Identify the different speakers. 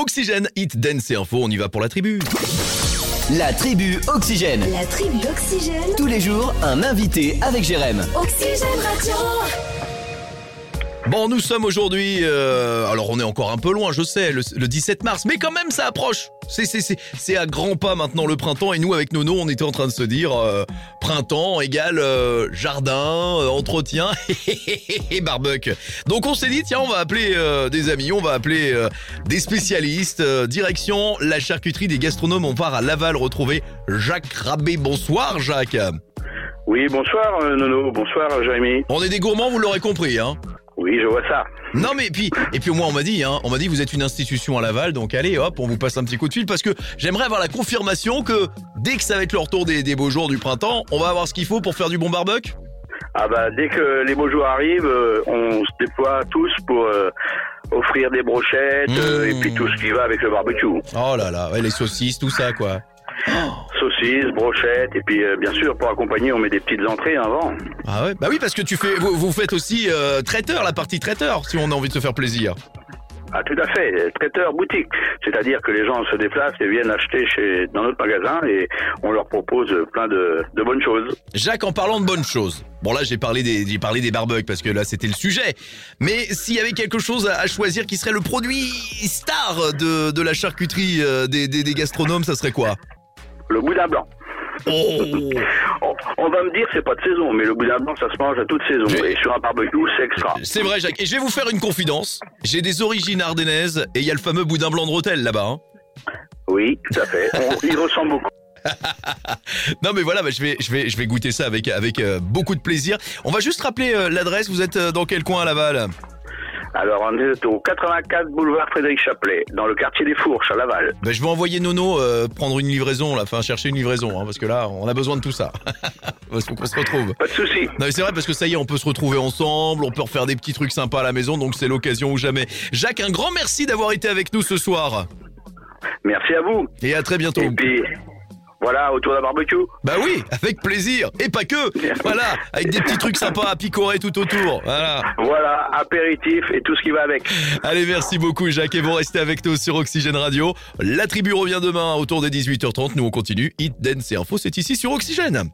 Speaker 1: Oxygène, Hit, Dance et Info, on y va pour la tribu.
Speaker 2: La tribu Oxygène.
Speaker 3: La tribu Oxygène.
Speaker 2: Tous les jours, un invité avec Jérém.
Speaker 3: Oxygène Radio.
Speaker 1: Bon, nous sommes aujourd'hui, euh, alors on est encore un peu loin, je sais, le, le 17 mars, mais quand même ça approche. C'est, c'est, c'est, c'est à grands pas maintenant le printemps, et nous avec Nono, on était en train de se dire euh, printemps égale euh, jardin, euh, entretien et barbecue. Donc on s'est dit, tiens, on va appeler euh, des amis, on va appeler euh, des spécialistes. euh, direction la charcuterie des gastronomes, on part à Laval retrouver Jacques Rabé. Bonsoir Jacques.
Speaker 4: Oui, bonsoir euh, Nono, bonsoir euh, Jérémy.
Speaker 1: On est des gourmands, vous l'aurez compris, hein.
Speaker 4: Oui, je vois ça.
Speaker 1: Non mais puis et puis au moins on m'a dit hein, on m'a dit vous êtes une institution à Laval donc allez hop on vous passe un petit coup de fil parce que j'aimerais avoir la confirmation que dès que ça va être le retour des, des beaux jours du printemps on va avoir ce qu'il faut pour faire du bon barbecue.
Speaker 4: Ah bah dès que les beaux jours arrivent, euh, on se déploie tous pour euh, offrir des brochettes euh,
Speaker 1: Mmh.
Speaker 4: et puis tout ce qui va avec le barbecue.
Speaker 1: Oh là là ouais, les saucisses tout ça quoi.
Speaker 4: Saucisses, brochettes et puis euh, bien sûr pour accompagner on met des petites entrées avant.
Speaker 1: Ah ouais bah oui parce que tu fais vous, vous faites aussi euh, traiteur la partie traiteur si on a envie de se faire plaisir.
Speaker 4: Ah tout à fait, euh, traiteur boutique. C'est-à-dire que les gens se déplacent et viennent acheter chez dans notre magasin et on leur propose euh, plein de, de bonnes choses.
Speaker 1: Jacques, en parlant de bonnes choses. Bon là, j'ai parlé des j'ai parlé des barbecues parce que là c'était le sujet. Mais s'il y avait quelque chose à, à choisir qui serait le produit star de, de la charcuterie euh, des, des, des gastronomes, ça serait quoi
Speaker 4: Le boudin blanc.
Speaker 1: Oh
Speaker 4: On, on va me dire c'est pas de saison, mais le boudin blanc ça se mange à toute saison
Speaker 1: Je-
Speaker 4: et sur un barbecue c'est extra.
Speaker 1: C'est vrai Jacques. Et je vais vous faire une confidence. J'ai des origines ardennaises et il y a le fameux boudin blanc de Rotel là-bas. hein.
Speaker 4: Oui, tout à fait. On- il ressemble beaucoup.
Speaker 1: Non mais voilà, bah, je vais je vais je vais goûter ça avec avec euh, beaucoup de plaisir. On va juste rappeler euh, l'adresse. Vous êtes euh, dans quel coin à Laval
Speaker 4: Alors, on est au 84 boulevard Frédéric Chapelet, dans le quartier des Fourches, à Laval.
Speaker 1: Bah, je vais envoyer Nono euh, prendre une livraison là, enfin chercher une livraison hein, parce que là on a besoin de tout ça. Parce qu'on se retrouve.
Speaker 4: Pas de souci.
Speaker 1: Non mais c'est vrai parce que ça y est, on peut se retrouver ensemble, on peut refaire des petits trucs sympas à la maison, donc c'est l'occasion ou jamais. Jacques, un grand merci d'avoir été avec nous ce soir
Speaker 4: Merci à vous.
Speaker 1: et à très bientôt.
Speaker 4: Et puis, voilà, autour d'un barbecue.
Speaker 1: Bah oui, avec plaisir et pas que. Voilà, avec des petits trucs sympas à picorer tout autour. Voilà.
Speaker 4: Voilà, apéritif et tout ce qui va avec.
Speaker 1: Allez, merci beaucoup Jacques et vous restez avec nous sur Oxygène Radio. La tribu revient demain autour des 18h30. Nous on continue. Hit Dance et Info, c'est ici sur Oxygène.